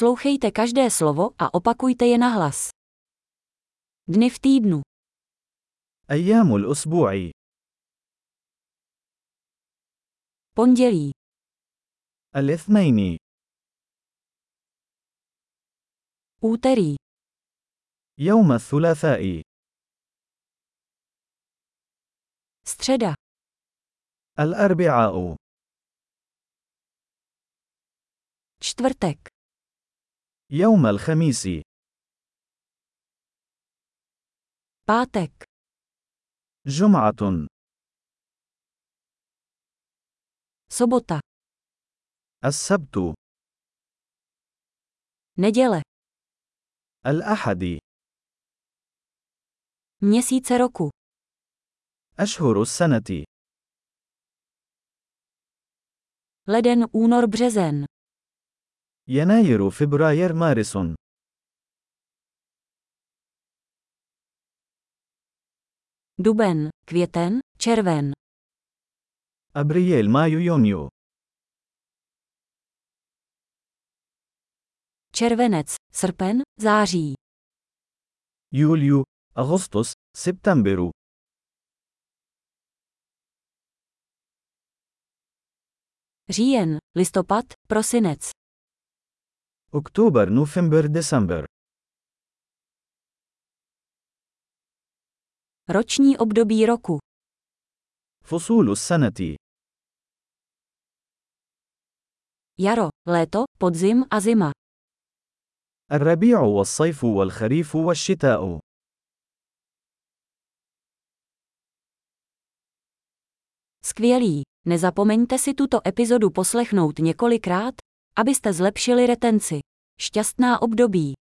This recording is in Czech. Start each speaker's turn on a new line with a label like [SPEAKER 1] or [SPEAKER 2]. [SPEAKER 1] Poslouchejte každé slovo a opakujte je nahlas. Dny v týdnu.
[SPEAKER 2] أيام الأسبوع:
[SPEAKER 1] Pondělí,
[SPEAKER 2] الاثنين،
[SPEAKER 1] úterý,
[SPEAKER 2] يوم الثلاثاء،
[SPEAKER 1] středa,
[SPEAKER 2] الأربعاء،
[SPEAKER 1] čtvrtek,
[SPEAKER 2] يوم الخميس،
[SPEAKER 1] pátek,
[SPEAKER 2] جمعة،
[SPEAKER 1] sobota,
[SPEAKER 2] السبت،
[SPEAKER 1] neděle,
[SPEAKER 2] الأحد،
[SPEAKER 1] měsíce roku,
[SPEAKER 2] أشهر السنة:
[SPEAKER 1] leden, únor, březen,
[SPEAKER 2] يناير، فبراير، مارس.
[SPEAKER 1] duben, květen, červen,
[SPEAKER 2] أبريل، مايو، يونيو،
[SPEAKER 1] červenec, srpen, září,
[SPEAKER 2] يوليو، أغسطس، سبتمبر،
[SPEAKER 1] říjen, listopad, prosinec,
[SPEAKER 2] أكتوبر، نوفمبر، ديسمبر.
[SPEAKER 1] roční období roku,
[SPEAKER 2] فصول السنة:
[SPEAKER 1] jaro, léto, podzim a zima,
[SPEAKER 2] الربيع والصيف والخريف والشتاء.
[SPEAKER 1] Skvělý. Nezapomeňte si tuto epizodu poslechnout několikrát, abyste zlepšili retenci. Šťastná období.